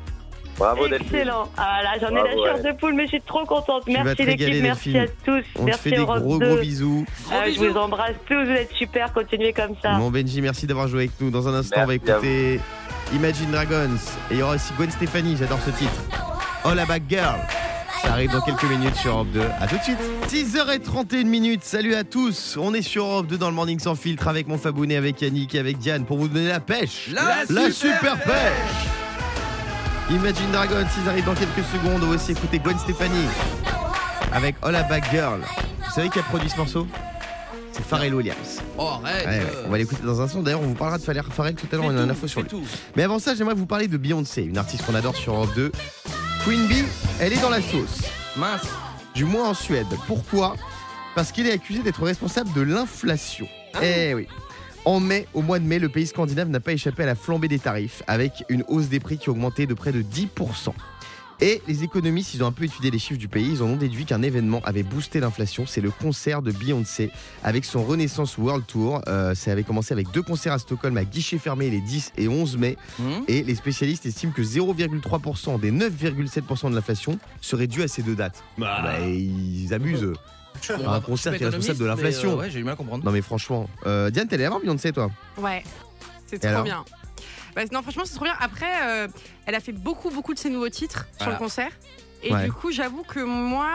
[SPEAKER 1] Bravo Delphine.
[SPEAKER 2] Excellent. Ah là, j'en ai
[SPEAKER 1] Bravo,
[SPEAKER 2] la chair
[SPEAKER 1] ouais.
[SPEAKER 2] de poule, mais je suis trop contente.
[SPEAKER 3] vas te
[SPEAKER 2] Merci
[SPEAKER 3] régaler,
[SPEAKER 2] l'équipe, merci à
[SPEAKER 3] Delphine.
[SPEAKER 2] tous.
[SPEAKER 3] On te
[SPEAKER 2] merci
[SPEAKER 3] fait des
[SPEAKER 2] Europe
[SPEAKER 3] gros
[SPEAKER 2] 2.
[SPEAKER 3] gros bisous.
[SPEAKER 2] Ah, je vous embrasse tous, vous êtes super, continuez comme ça.
[SPEAKER 3] Mon Benji, merci d'avoir joué avec nous. Dans un instant,
[SPEAKER 1] Merci
[SPEAKER 3] on va
[SPEAKER 1] à
[SPEAKER 3] écouter Imagine Dragons. Et il y aura aussi Gwen Stefani, j'adore ce titre. All About Girl. Ça arrive dans quelques minutes sur Europe 2. A tout de suite. 6h31 minutes. Salut à tous. On est sur Europe 2 dans le Morning Sans Filtre avec mon Fabounet, avec Yannick et avec Diane pour vous donner la pêche.
[SPEAKER 4] La
[SPEAKER 3] La super pêche Imagine Dragons, ils arrivent dans quelques secondes. On va aussi écouter Gwen Stefani avec All About Girl. Vous savez qui a produit ce morceau C'est Pharrell Williams.
[SPEAKER 4] Oh, arrête.
[SPEAKER 3] Ouais, ouais, on va l'écouter dans un son. D'ailleurs, on vous parlera de Pharrell Pharrell tout à l'heure. On a une info sur lui. Mais avant ça, j'aimerais vous parler de Beyoncé, une artiste qu'on adore sur Europe 2. Queen Bee, elle est dans la sauce.
[SPEAKER 4] Mince.
[SPEAKER 3] Du moins en Suède. Pourquoi Parce qu'il est accusé d'être responsable de l'inflation. Eh oui. En mai, au mois de mai, le pays scandinave n'a pas échappé à la flambée des tarifs, avec une hausse des prix qui augmentait de près de 10%. Et les économistes, ils ont un peu étudié les chiffres du pays, ils en ont déduit qu'un événement avait boosté l'inflation, c'est le concert de Beyoncé avec son Renaissance World Tour. Euh, ça avait commencé avec deux concerts à Stockholm à guichet fermé les 10 et 11 mai,
[SPEAKER 4] Hum.
[SPEAKER 3] et les spécialistes estiment que 0,3% des 9,7% de l'inflation serait dû à ces deux dates.
[SPEAKER 6] Bah,
[SPEAKER 3] Bah, ils abusent. eux.
[SPEAKER 4] je comprends
[SPEAKER 3] Un
[SPEAKER 4] pas.
[SPEAKER 3] concert
[SPEAKER 4] Je suis
[SPEAKER 3] qui est
[SPEAKER 4] pas
[SPEAKER 3] responsable de
[SPEAKER 4] économiste, mais,
[SPEAKER 3] l'inflation.
[SPEAKER 4] euh, ouais, j'ai eu mal à comprendre.
[SPEAKER 3] Non mais franchement, euh, Diane, t'es allée avant Beyoncé toi
[SPEAKER 5] Ouais, c'est
[SPEAKER 3] Et
[SPEAKER 5] trop
[SPEAKER 3] alors
[SPEAKER 5] bien. Bah, non, franchement, c'est trop bien. Après, euh, elle a fait beaucoup, beaucoup de ses nouveaux titres sur
[SPEAKER 4] Voilà.
[SPEAKER 5] le concert. Et
[SPEAKER 3] Ouais.
[SPEAKER 5] du coup, j'avoue que moi.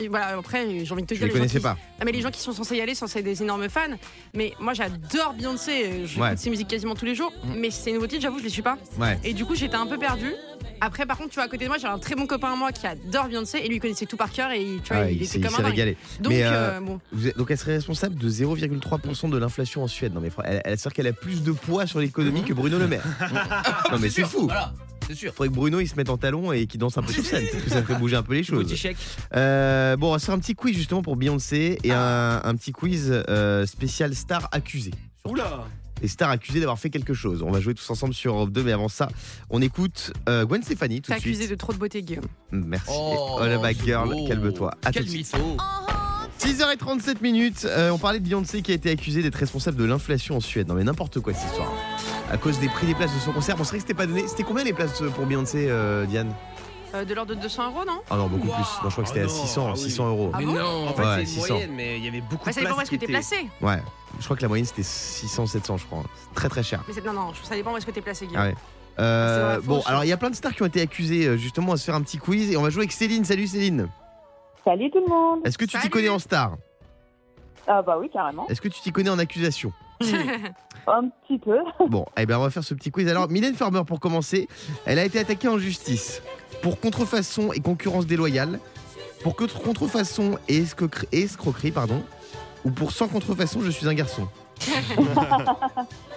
[SPEAKER 5] et Voilà, après, j'ai envie de te
[SPEAKER 3] Je
[SPEAKER 5] dire.
[SPEAKER 3] les
[SPEAKER 5] gens
[SPEAKER 3] connaissais
[SPEAKER 5] qui-
[SPEAKER 3] pas.
[SPEAKER 5] Ah, mais les gens qui sont censés y aller, sont censés être des énormes fans. Mais moi, j'adore Beyoncé. J'écoute
[SPEAKER 3] Ouais. Mm.
[SPEAKER 5] ses musiques quasiment tous les jours.
[SPEAKER 4] Mhm.
[SPEAKER 5] Mais ses nouveaux titres, j'avoue, je les suis pas.
[SPEAKER 3] Ouais.
[SPEAKER 5] Et du coup, j'étais un peu perdue. Après, par contre, tu vois, à côté de moi, j'avais un très bon copain à moi qui adore Beyoncé. Et lui, il connaissait tout par cœur. Et il- tu vois,
[SPEAKER 3] Ouais,
[SPEAKER 5] il,
[SPEAKER 3] Ah, il s'est
[SPEAKER 5] était
[SPEAKER 3] il s'est
[SPEAKER 5] comme un dingue.
[SPEAKER 3] régalé.
[SPEAKER 5] Donc,
[SPEAKER 3] Mais, euh,
[SPEAKER 5] euh, bon.
[SPEAKER 3] Vous êtes- donc elle serait responsable de 0,3% de l'inflation en Suède. Non mais fr- elle, elle assure qu'elle a plus de poids sur l'économie que Bruno Le
[SPEAKER 4] <laughs>
[SPEAKER 3] Maire. non mais c'est
[SPEAKER 4] sûr,
[SPEAKER 3] fou.
[SPEAKER 4] Voilà, c'est sûr.
[SPEAKER 3] Faudrait que Bruno il se mette en talon et qu'il danse un peu sur scène. Parce que ça ferait bouger un peu
[SPEAKER 4] <laughs>
[SPEAKER 3] les choses.
[SPEAKER 4] Petit chèque.
[SPEAKER 3] Euh, bon, on va se faire un petit quiz justement pour Beyoncé et
[SPEAKER 4] Ah.
[SPEAKER 3] un, un petit quiz euh, spécial star accusé.
[SPEAKER 6] Oula
[SPEAKER 3] Les stars accusées d'avoir fait quelque chose. On va jouer tous ensemble sur Europe 2, mais avant ça, on écoute euh, Gwen Stefani tout
[SPEAKER 5] T'es
[SPEAKER 3] de suite.
[SPEAKER 5] accusé de trop de beauté, Guillaume.
[SPEAKER 3] Merci.
[SPEAKER 4] Oh,
[SPEAKER 3] Oh, la back
[SPEAKER 4] c'est
[SPEAKER 3] girl,
[SPEAKER 4] beau.
[SPEAKER 3] calme-toi. À tout
[SPEAKER 4] Quel
[SPEAKER 3] de suite. Ah
[SPEAKER 4] mytho.
[SPEAKER 3] 6h37 minutes, euh, on parlait de Beyoncé qui a été accusée d'être responsable de l'inflation en Suède. Non mais n'importe quoi cette histoire. À cause des prix des places de son concert, bon c'est vrai que c'était pas donné. C'était combien les places pour Beyoncé, euh, Diane
[SPEAKER 5] Euh, de l'ordre de 200 euros, non
[SPEAKER 3] Ah non, beaucoup
[SPEAKER 4] Wow.
[SPEAKER 3] plus. Non, je crois que c'était
[SPEAKER 6] Ah
[SPEAKER 3] à
[SPEAKER 6] non,
[SPEAKER 3] 600,
[SPEAKER 6] ah oui.
[SPEAKER 3] 600 euros.
[SPEAKER 5] Ah
[SPEAKER 4] Mais
[SPEAKER 5] bon
[SPEAKER 4] non.
[SPEAKER 6] En fait,
[SPEAKER 3] Ouais,
[SPEAKER 6] c'est une
[SPEAKER 3] 600.
[SPEAKER 6] moyenne, mais il y avait beaucoup
[SPEAKER 5] Bah,
[SPEAKER 6] de
[SPEAKER 5] ça dépend où
[SPEAKER 6] places
[SPEAKER 5] est-ce que
[SPEAKER 6] qui
[SPEAKER 5] t'es
[SPEAKER 6] étaient-
[SPEAKER 5] placé.
[SPEAKER 3] Ouais, je crois que la moyenne c'était 600, 700, je crois. C'est Très très cher.
[SPEAKER 5] Mais c'est- non, non, je- ça dépend où est-ce que t'es placé,
[SPEAKER 3] Ah
[SPEAKER 5] Guillaume.
[SPEAKER 3] ouais. Euh,
[SPEAKER 5] C'est vrai,
[SPEAKER 3] bon,
[SPEAKER 5] fausse.
[SPEAKER 3] alors il y a plein de stars qui ont été accusées euh, justement à se faire un petit quiz et on va jouer avec Céline. Salut Céline.
[SPEAKER 7] Salut tout le monde.
[SPEAKER 3] Est-ce que tu t'y
[SPEAKER 5] Salut.
[SPEAKER 3] connais en star
[SPEAKER 7] Ah bah oui, carrément.
[SPEAKER 3] Est-ce que tu t'y connais en
[SPEAKER 7] <laughs>
[SPEAKER 3] accusation
[SPEAKER 7] Un petit peu.
[SPEAKER 3] Bon, eh bien on va faire ce petit quiz. Alors Mylène Farmer pour commencer, elle a été attaquée en justice pour contrefaçon et concurrence déloyale, pour que- contrefaçon et escroquerie, escroquerie, pardon, ou pour sans contrefaçon je suis un garçon.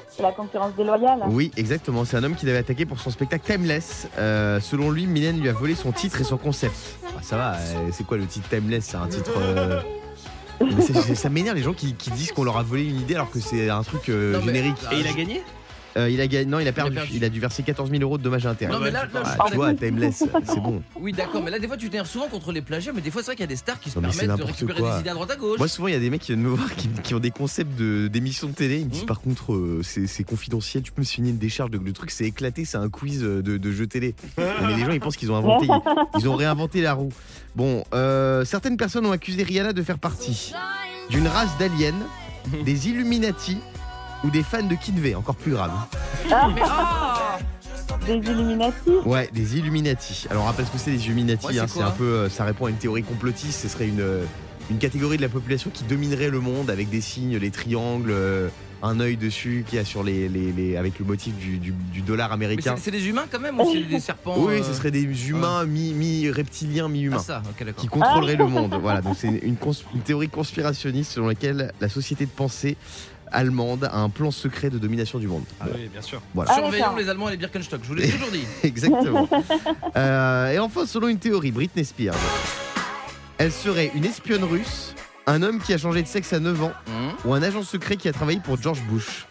[SPEAKER 7] C'est la concurrence déloyale.
[SPEAKER 3] Oui, exactement. C'est un homme qui l'avait attaqué pour son spectacle Timeless. Euh, selon lui, Mylène lui a volé son titre et son concept. Ah, ça va, euh, c'est quoi le titre Timeless C'est un titre. euh, mais c'est- c'est- ça m'énerve les gens qui, qui disent qu'on leur a volé une idée alors que c'est un truc euh,
[SPEAKER 4] Non, mais-
[SPEAKER 3] générique.
[SPEAKER 4] Ah,
[SPEAKER 6] Et il a gagné
[SPEAKER 3] Euh, il a gagné, non, il a, perdu. il a
[SPEAKER 4] perdu.
[SPEAKER 3] dû verser 14 000 euros de dommages et intérêts.
[SPEAKER 4] Non, mais là, là, je suis
[SPEAKER 3] Ah,
[SPEAKER 4] pas
[SPEAKER 3] tu
[SPEAKER 4] d'accord.
[SPEAKER 3] vois, Timeless, c'est bon.
[SPEAKER 4] Oui, d'accord, mais là, des fois, tu t'énerves souvent contre les plagiats, mais des fois, c'est vrai qu'il y a des stars qui se
[SPEAKER 3] Non, mais c'est
[SPEAKER 4] permettent de
[SPEAKER 3] n'importe
[SPEAKER 4] récupérer
[SPEAKER 3] quoi.
[SPEAKER 4] des idées à droite à gauche.
[SPEAKER 3] Moi, souvent, il y a des mecs qui viennent me voir qui, qui ont des concepts de- d'émissions de, télé. Ils me disent
[SPEAKER 4] Mhm.
[SPEAKER 3] par contre, euh, c'est c'est confidentiel, tu peux me signer une décharge. De, le truc, c'est éclaté, c'est un quiz euh, de, de jeu télé. Non, mais les gens, ils pensent qu'ils ont inventé, ils, ils ont réinventé la roue. Bon, euh, certaines personnes ont accusé Rihanna de faire partie d'une race d'aliens, des Illuminati ou des fans de Kinvey, encore plus grave. Ah
[SPEAKER 5] Mais oh
[SPEAKER 7] Des Illuminati.
[SPEAKER 3] Ouais, des Illuminati. Alors on rappelle ce que c'est les Illuminati.
[SPEAKER 4] Ouais, c'est
[SPEAKER 3] hein,
[SPEAKER 4] quoi
[SPEAKER 3] c'est un peu, euh, ça répond à une théorie complotiste. Ce serait une euh, une catégorie de la population qui dominerait le monde avec des signes, les triangles, euh, un œil dessus qui a sur les, les, les- avec le motif du, du- du dollar
[SPEAKER 4] Mais
[SPEAKER 3] américain.
[SPEAKER 4] c'est- c'est des humains quand même, ou c'est des serpents
[SPEAKER 3] Oh. Oui, oui,
[SPEAKER 4] euh,
[SPEAKER 3] ce serait des humains mi mi reptiliens mi
[SPEAKER 4] Ah,
[SPEAKER 3] humains.
[SPEAKER 4] ça, Ah. ok, d'accord.
[SPEAKER 3] qui contrôleraient le monde. Voilà, donc c'est une, cons- une théorie conspirationniste selon laquelle la société de pensée allemande a un plan secret de domination du monde. Bon,
[SPEAKER 6] oui, bien sûr.
[SPEAKER 3] voilà.
[SPEAKER 7] Ah,
[SPEAKER 4] Surveillons
[SPEAKER 7] d'accord.
[SPEAKER 4] les Allemands et les Birkenstock, je vous l'ai toujours
[SPEAKER 3] <laughs>
[SPEAKER 4] dit.
[SPEAKER 3] Exactement. Euh, et enfin, selon une théorie, Britney Spears, elle serait une espionne russe, un homme qui a changé de sexe à 9 ans
[SPEAKER 4] Hum.
[SPEAKER 3] ou un agent secret qui a travaillé pour George Bush.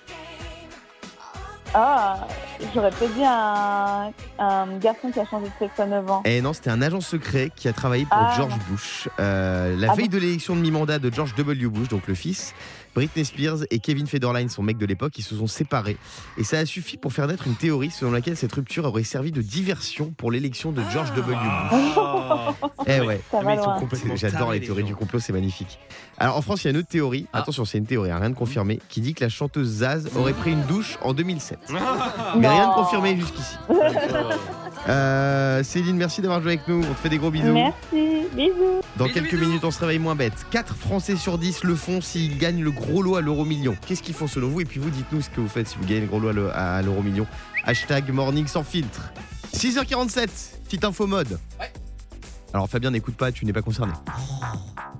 [SPEAKER 7] Ah, j'aurais peut-être dit un, un garçon qui a changé de sexe à 9 ans.
[SPEAKER 3] Et Eh non, c'était un agent secret qui a travaillé pour
[SPEAKER 7] Ah.
[SPEAKER 3] George Bush. Euh, la
[SPEAKER 7] Ah
[SPEAKER 3] veille de l'élection de mi-mandat de George W. Bush, donc le fils, Britney Spears et Kevin Federline, son mec de l'époque, ils se sont séparés. Et ça a suffi pour faire naître une théorie selon laquelle cette rupture aurait servi de diversion pour l'élection de George W.
[SPEAKER 7] Ah.
[SPEAKER 3] Bush.
[SPEAKER 4] <laughs>
[SPEAKER 3] Eh ouais.
[SPEAKER 6] Ah,
[SPEAKER 7] Ça va
[SPEAKER 6] Mais ils sont
[SPEAKER 7] loin.
[SPEAKER 6] complètement
[SPEAKER 3] C'est- J'adore
[SPEAKER 6] tarés,
[SPEAKER 3] les théories
[SPEAKER 6] gens.
[SPEAKER 3] du complot, c'est magnifique. Alors en France, il y a une autre théorie.
[SPEAKER 4] Ah.
[SPEAKER 3] Attention, c'est une théorie, hein, rien de confirmé, qui dit que la chanteuse Zaz aurait pris une douche en 2007. Mais
[SPEAKER 7] Non.
[SPEAKER 3] rien de confirmé
[SPEAKER 7] <laughs>
[SPEAKER 3] jusqu'ici. Euh, Céline, merci d'avoir joué avec nous. On te fait des gros bisous.
[SPEAKER 7] Merci. Bisous.
[SPEAKER 3] Dans
[SPEAKER 4] Bisous,
[SPEAKER 3] quelques
[SPEAKER 4] bisous.
[SPEAKER 3] minutes, on se réveille moins bête. 4 Français sur 10 le font s'ils gagnent le gros lot à l'euro million. Qu'est-ce qu'ils font selon vous Et puis vous, dites-nous ce que vous faites si vous gagnez le gros lot à le- à l'euro million. Hashtag morning sans filtre. 6h47, petite info mode.
[SPEAKER 4] Ouais.
[SPEAKER 3] Alors Fabien, n'écoute pas, tu n'es pas concerné.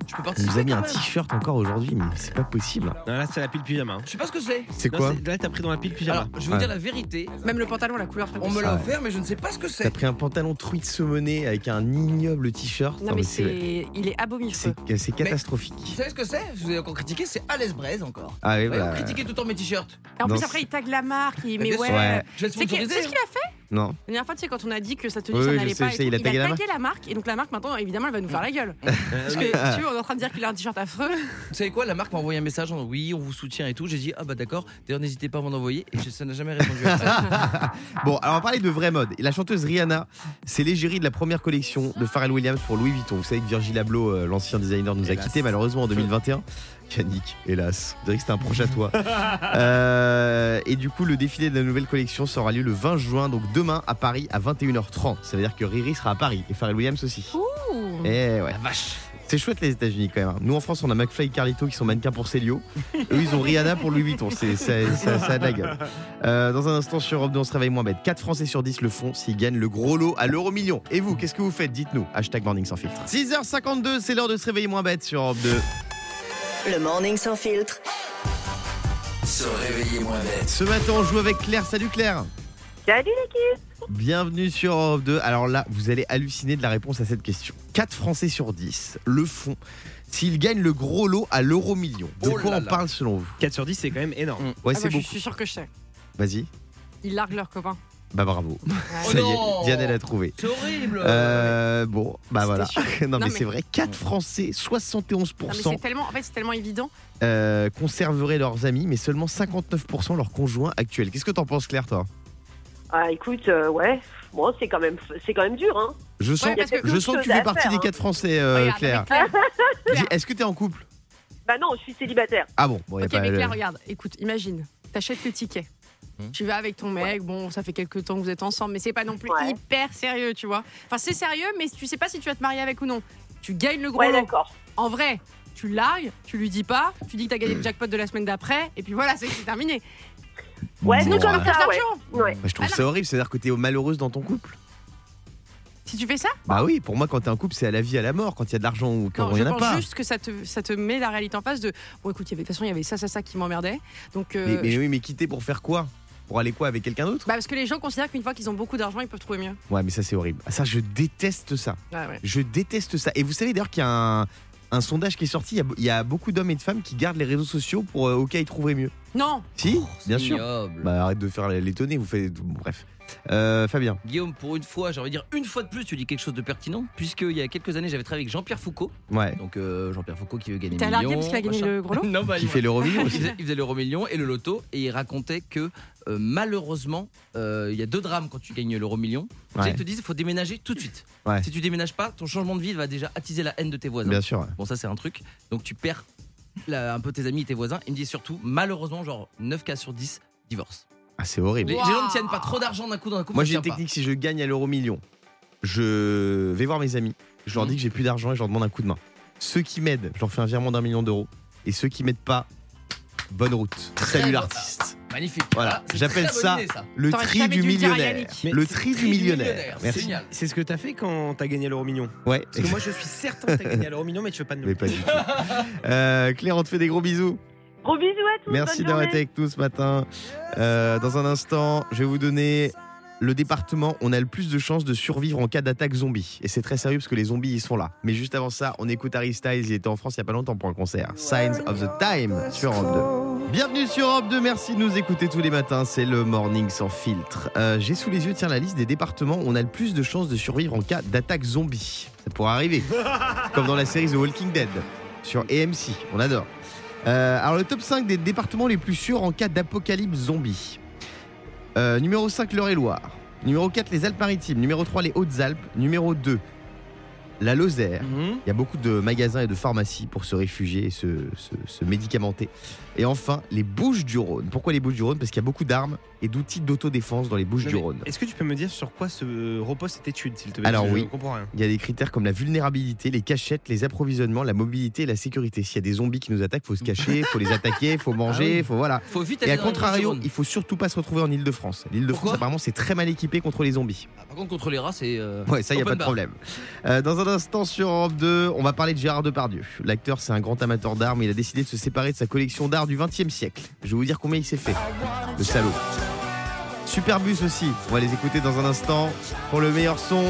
[SPEAKER 4] Je peux
[SPEAKER 3] Il
[SPEAKER 4] participer.
[SPEAKER 3] nous a mis
[SPEAKER 4] Ah, quand
[SPEAKER 3] un
[SPEAKER 4] même.
[SPEAKER 3] t-shirt encore aujourd'hui, mais c'est pas possible.
[SPEAKER 6] Non, là, c'est la pile pyjama. hein.
[SPEAKER 4] Je sais pas ce que c'est.
[SPEAKER 3] C'est
[SPEAKER 6] Non,
[SPEAKER 3] quoi Ah.
[SPEAKER 6] c'est- Là, t'as pris dans la pile pyjama.
[SPEAKER 4] Alors, je vais
[SPEAKER 3] Ouais.
[SPEAKER 4] vous dire la vérité.
[SPEAKER 5] <laughs> Même le pantalon, la couleur.
[SPEAKER 4] On me l'a
[SPEAKER 3] Ah ouais.
[SPEAKER 4] offert, mais je ne sais pas ce que
[SPEAKER 3] T'as
[SPEAKER 4] c'est.
[SPEAKER 3] pris un pantalon truite saumonné avec un ignoble t-shirt.
[SPEAKER 5] Non, mais c'est. Il est abominable.
[SPEAKER 3] c'est- c'est
[SPEAKER 4] Vous
[SPEAKER 3] catastrophique.
[SPEAKER 4] savez ce que c'est Je vous ai encore critiqué, c'est Alès Braise encore.
[SPEAKER 3] Ah oui,
[SPEAKER 4] Vous
[SPEAKER 3] bah,
[SPEAKER 4] critiquez tout le temps mes t-shirts.
[SPEAKER 5] Et en
[SPEAKER 3] Non,
[SPEAKER 5] plus,
[SPEAKER 3] c'est-
[SPEAKER 5] après, il tague la marque. Il
[SPEAKER 4] Mais
[SPEAKER 5] met
[SPEAKER 4] bien
[SPEAKER 5] ouais.
[SPEAKER 4] Je vais le
[SPEAKER 5] C'est que-
[SPEAKER 4] sponsoriser.
[SPEAKER 5] c'est ce qu'il a fait
[SPEAKER 3] Non.
[SPEAKER 5] La dernière fois, tu sais, quand on a dit que sa tenue,
[SPEAKER 3] Oui,
[SPEAKER 5] ça
[SPEAKER 3] oui, je
[SPEAKER 5] n'allait
[SPEAKER 3] sais,
[SPEAKER 5] pas.
[SPEAKER 3] je
[SPEAKER 5] et
[SPEAKER 3] sais,
[SPEAKER 5] tout,
[SPEAKER 3] il a tagué la
[SPEAKER 5] la marque. Et donc, la marque, maintenant, évidemment, elle va nous faire
[SPEAKER 3] <laughs>
[SPEAKER 5] la gueule. Parce
[SPEAKER 4] Euh,
[SPEAKER 5] que, tu vois, on est en train de dire qu'il a un t-shirt affreux.
[SPEAKER 4] Vous savez quoi La marque m'a envoyé un message en disant oui, on vous soutient et tout. J'ai dit ah bah d'accord. D'ailleurs, n'hésitez pas à m'en envoyer. Et je- ça n'a jamais répondu à ça.
[SPEAKER 3] Bon, alors on va parler de vraie mode. La chanteuse Rihanna, c'est l'égérie de la première collection de Pharrell Williams pour Louis Vuitton. Vous savez que Virgil Abloh, euh, l'ancien designer, nous a
[SPEAKER 6] Hélas.
[SPEAKER 3] quittés malheureusement en 2021. Yannick, hélas, on dirait que c'était un proche à toi. Euh, et du coup, le défilé de la nouvelle collection sera lieu le 20 juin, donc demain à Paris à 21h30. Ça veut dire que Riri sera à Paris et Pharrell Williams aussi.
[SPEAKER 4] Mm.
[SPEAKER 5] Ouh.
[SPEAKER 3] Eh ouais. C'est chouette les États-Unis quand même. hein. Nous en France, on a McFly et Carlito qui sont mannequins pour
[SPEAKER 4] <laughs>
[SPEAKER 3] Célio. Eux, ils ont Rihanna pour Louis Vuitton. C'est, ça- ça- ça a de la gueule. Euh, dans un instant, sur Europe 2, on se réveille moins bête. 4 Français sur 10 le font s'ils gagnent le gros lot à l'euro million. Et vous, qu'est-ce que vous faites Dites-nous. Hashtag Morning sans filtre. 6h52, c'est l'heure de se réveiller moins bête sur Europe 2.
[SPEAKER 8] Le morning sans filtre.
[SPEAKER 9] Se réveiller moins bête.
[SPEAKER 3] Ce matin, on joue avec Claire. Salut Claire.
[SPEAKER 2] Salut l'équipe
[SPEAKER 3] Bienvenue sur Europe 2. Alors là, vous allez halluciner de la réponse à cette question. 4 Français sur 10 le font s'ils gagnent le gros lot à l'euro million. De
[SPEAKER 4] Oh
[SPEAKER 3] quoi
[SPEAKER 4] là
[SPEAKER 3] on
[SPEAKER 4] là.
[SPEAKER 3] parle selon vous
[SPEAKER 6] 4 sur 10, c'est quand même énorme.
[SPEAKER 3] Ouais,
[SPEAKER 5] Ah
[SPEAKER 3] c'est
[SPEAKER 5] bah, je
[SPEAKER 3] beaucoup.
[SPEAKER 5] suis sûr que je sais.
[SPEAKER 3] Vas-y.
[SPEAKER 5] Ils larguent leurs copains.
[SPEAKER 3] Bah bravo.
[SPEAKER 4] Oh
[SPEAKER 3] <laughs> <laughs> Ça y
[SPEAKER 4] non
[SPEAKER 3] est, Diane elle a trouvé.
[SPEAKER 4] C'est horrible.
[SPEAKER 3] Euh, bon, bah voilà. <laughs> non,
[SPEAKER 5] Non,
[SPEAKER 3] mais,
[SPEAKER 5] mais-
[SPEAKER 3] c'est vrai, 4 Français,
[SPEAKER 5] Non, mais
[SPEAKER 3] 71%
[SPEAKER 5] c'est tellement, en fait, c'est tellement évident.
[SPEAKER 3] euh, conserveraient leurs amis, mais seulement 59% leurs conjoints actuels. Qu'est-ce que t'en penses, Claire, toi
[SPEAKER 2] Ah écoute, euh, ouais, bon, c'est quand, même- c'est quand même dur, hein.
[SPEAKER 3] Je sens,
[SPEAKER 5] Ouais, parce que-
[SPEAKER 3] je sens que tu fais
[SPEAKER 2] Chose à
[SPEAKER 3] partie
[SPEAKER 2] faire,
[SPEAKER 3] des
[SPEAKER 2] hein.
[SPEAKER 3] 4 Français, euh,
[SPEAKER 5] Regarde,
[SPEAKER 3] Claire.
[SPEAKER 5] avec Claire.
[SPEAKER 3] Dis, Est-ce que t'es en couple
[SPEAKER 2] Bah non, je suis célibataire.
[SPEAKER 3] Ah bon, bon y a
[SPEAKER 5] Ok,
[SPEAKER 3] pas
[SPEAKER 5] mais
[SPEAKER 3] le-
[SPEAKER 5] Claire, regarde, écoute, imagine, t'achètes le ticket.
[SPEAKER 4] Hmm.
[SPEAKER 5] Tu vas avec ton mec, bon, ça fait quelques temps que vous êtes ensemble, mais c'est pas non plus
[SPEAKER 2] Ouais.
[SPEAKER 5] hyper sérieux, tu vois. Enfin, c'est sérieux, mais tu sais pas si tu vas te marier avec ou non. Tu gagnes le gros
[SPEAKER 2] Ouais,
[SPEAKER 5] lot.
[SPEAKER 2] d'accord.
[SPEAKER 5] En vrai, tu le largues, tu lui dis pas, tu dis que t'as gagné le jackpot de la semaine d'après, et puis voilà, c'est c'est terminé.
[SPEAKER 2] Ouais,
[SPEAKER 5] Sinon,
[SPEAKER 3] Bon,
[SPEAKER 5] tu
[SPEAKER 3] bah,
[SPEAKER 5] vas faire
[SPEAKER 2] Ah ouais.
[SPEAKER 5] l'argent.
[SPEAKER 2] Ouais.
[SPEAKER 3] bah, je
[SPEAKER 5] Ah
[SPEAKER 3] trouve ça horrible, c'est-à-dire que t'es malheureuse dans ton couple.
[SPEAKER 5] Si tu fais ça,
[SPEAKER 3] Bah oui, pour moi, quand t'es en couple, c'est à la vie, à la mort. Quand il y a de l'argent ou quand
[SPEAKER 5] non,
[SPEAKER 3] il
[SPEAKER 5] je
[SPEAKER 3] n'y en a
[SPEAKER 5] pense
[SPEAKER 3] pas.
[SPEAKER 5] juste que ça te, ça te met la réalité en face de bon, écoute, il y avait- de toute façon, il y avait ça, ça, ça qui m'emmerdait. Donc, euh,
[SPEAKER 3] Mais, mais oui, mais quitter pour faire quoi Pour aller quoi avec quelqu'un d'autre
[SPEAKER 5] bah, parce que les gens considèrent qu'une fois qu'ils ont beaucoup d'argent, ils peuvent trouver mieux.
[SPEAKER 3] Ouais, mais ça, c'est horrible. Ça, je déteste ça.
[SPEAKER 2] Ah
[SPEAKER 5] Ouais, ouais.
[SPEAKER 3] Je déteste ça. Et vous savez d'ailleurs qu'il y a un, un sondage qui est sorti. Il y a, il y a beaucoup d'hommes et de femmes qui gardent les réseaux sociaux pour euh, au cas ils trouveraient mieux.
[SPEAKER 5] Non,
[SPEAKER 3] Si,
[SPEAKER 4] Oh.
[SPEAKER 3] bien sûr.
[SPEAKER 4] Ignoble.
[SPEAKER 3] Bah arrête de faire l'étonner. Vous faites bon, bref. Euh, Fabien.
[SPEAKER 4] Guillaume, pour une fois, j'ai envie de dire une fois de plus, tu dis quelque chose de pertinent, puisqu'il y a quelques années, j'avais travaillé avec Jean-Pierre Foucault.
[SPEAKER 3] Ouais.
[SPEAKER 4] Donc euh, Jean-Pierre Foucault qui veut gagner
[SPEAKER 5] t'as largué parce qu'il a gagné
[SPEAKER 4] machin.
[SPEAKER 5] le gros
[SPEAKER 4] <laughs>
[SPEAKER 5] lot
[SPEAKER 4] Non, bah,
[SPEAKER 3] Qui
[SPEAKER 4] il,
[SPEAKER 3] fait l'euro million
[SPEAKER 4] il
[SPEAKER 3] aussi.
[SPEAKER 4] faisait, il faisait l'euro million et le loto, et il racontait que euh, malheureusement, euh, il y a deux drames quand tu gagnes l'euro million.
[SPEAKER 3] Ouais.
[SPEAKER 4] Ils te disent, il faut déménager tout de suite.
[SPEAKER 3] Ouais.
[SPEAKER 4] Si tu déménages pas, ton changement de ville va déjà attiser la haine de tes voisins.
[SPEAKER 3] Bien sûr. ouais.
[SPEAKER 4] Bon, ça, c'est un truc. Donc, tu perds la- un peu tes amis et tes voisins. Il me dit surtout, malheureusement, genre 9 cas sur 10 divorcent.
[SPEAKER 3] Ah, c'est horrible.
[SPEAKER 4] Les,
[SPEAKER 5] Wow.
[SPEAKER 4] les gens ne tiennent pas trop d'argent d'un coup dans un couple.
[SPEAKER 3] Moi
[SPEAKER 4] ça
[SPEAKER 3] j'ai une
[SPEAKER 4] tient pas.
[SPEAKER 3] technique. Si je gagne à l'euro million, je vais voir mes amis. Je leur
[SPEAKER 4] Mhm.
[SPEAKER 3] dis que j'ai plus d'argent et je leur demande un coup de main. Ceux qui m'aident, je leur fais un virement d'un million d'euros. Et ceux qui m'aident pas, bonne route. Salut
[SPEAKER 4] bon.
[SPEAKER 3] l'artiste.
[SPEAKER 4] Magnifique.
[SPEAKER 3] Voilà,
[SPEAKER 4] Ah, c'est
[SPEAKER 3] j'appelle
[SPEAKER 4] très bonne
[SPEAKER 3] ça
[SPEAKER 4] idée, ça.
[SPEAKER 3] Le
[SPEAKER 5] T'aurais
[SPEAKER 3] tri
[SPEAKER 5] jamais
[SPEAKER 3] du
[SPEAKER 5] dû le dire à
[SPEAKER 3] millionnaire.
[SPEAKER 5] Yannick.
[SPEAKER 6] Mais
[SPEAKER 3] Le tri du millionnaire. Merci.
[SPEAKER 4] Génial.
[SPEAKER 6] C'est ce que t'as fait quand t'as gagné l'euro million.
[SPEAKER 3] Ouais.
[SPEAKER 6] Parce que moi, je suis certain que t'as gagné l'euro million, mais tu veux pas de
[SPEAKER 3] Mais
[SPEAKER 6] nous.
[SPEAKER 3] pas du tout. <laughs> Euh, Claire, on te fait des gros bisous.
[SPEAKER 2] Gros bisous à tous.
[SPEAKER 3] Merci
[SPEAKER 2] bonne
[SPEAKER 3] d'avoir
[SPEAKER 2] journée.
[SPEAKER 3] été avec nous ce matin. Euh, dans un instant, je vais vous donner le département. où On a le plus de chances de survivre en cas d'attaque zombie. Et c'est très sérieux parce que les zombies, ils sont là. Mais juste avant ça, on écoute Harry Styles. Il était en France il y a pas longtemps pour un concert. Signs of the Time sur Europe 2. Bienvenue sur Europe 2. Merci de nous écouter tous les matins. C'est le morning sans filtre. Euh, J'ai sous les yeux, tiens, la liste des départements où on a le plus de chances de survivre en cas d'attaque zombie. Ça pourrait arriver. Comme dans la série The Walking Dead sur AMC. On adore. Euh, alors le top 5 des départements les plus sûrs en cas d'apocalypse zombie. Euh, numéro 5 l'Eure-et-Loire. Numéro 4 les Alpes-Maritimes. Numéro 3 les Hautes-Alpes. Numéro 2 la Lozère.
[SPEAKER 6] Mhm.
[SPEAKER 3] Il y a beaucoup de magasins et de pharmacies pour se réfugier et se, se- se médicamenter. Et enfin les Bouches du Rhône. Pourquoi les Bouches du Rhône Parce qu'il y a beaucoup d'armes et d'outils d'autodéfense dans les Bouches du
[SPEAKER 6] Non, mais
[SPEAKER 3] Rhône.
[SPEAKER 6] Est-ce que tu peux me dire sur quoi se repose cette étude, s'il te plaît
[SPEAKER 3] Alors
[SPEAKER 6] Parce que
[SPEAKER 3] oui.
[SPEAKER 6] Je comprends rien.
[SPEAKER 3] Il y a des critères comme la vulnérabilité, les cachettes, les approvisionnements, la mobilité et la sécurité. S'il y a des zombies qui nous attaquent, faut se cacher, faut les attaquer,
[SPEAKER 4] <laughs>
[SPEAKER 3] faut manger, faut voilà.
[SPEAKER 4] Faut vite
[SPEAKER 3] Et
[SPEAKER 4] aller
[SPEAKER 3] à
[SPEAKER 4] Ah dans le
[SPEAKER 3] contrario,
[SPEAKER 4] Rhône.
[SPEAKER 3] il faut surtout pas se retrouver en Île-de-France. L'Île-de-France,
[SPEAKER 4] Pourquoi
[SPEAKER 3] apparemment, c'est très mal équipé contre les zombies.
[SPEAKER 4] Ah, Par contre, contre les rats, c'est. euh,
[SPEAKER 3] Ouais, ça, il a pas
[SPEAKER 4] open
[SPEAKER 3] de
[SPEAKER 4] bar.
[SPEAKER 3] problème. Euh, dans un instant, sur Europe 2, on va parler de Gérard Depardieu. L'acteur, c'est un grand amateur d'art, mais il a décidé de se séparer de sa collection d'art du 20 e siècle. Je vais vous dire combien il s'est fait. Le salaud. Superbus aussi. On va les écouter dans un instant pour le meilleur son.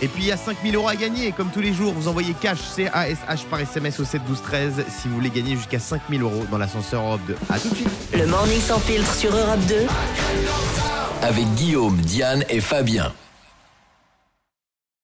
[SPEAKER 3] Et puis il y a 5000 euros à gagner, comme tous les jours. Vous envoyez cash, C-A-S-H par SMS au 7 12 13 si vous voulez gagner jusqu'à 5000 euros dans l'ascenseur Europe 2. A tout de suite.
[SPEAKER 8] Le morning sans filtre sur Europe 2.
[SPEAKER 9] avec Guillaume, Diane et Fabien.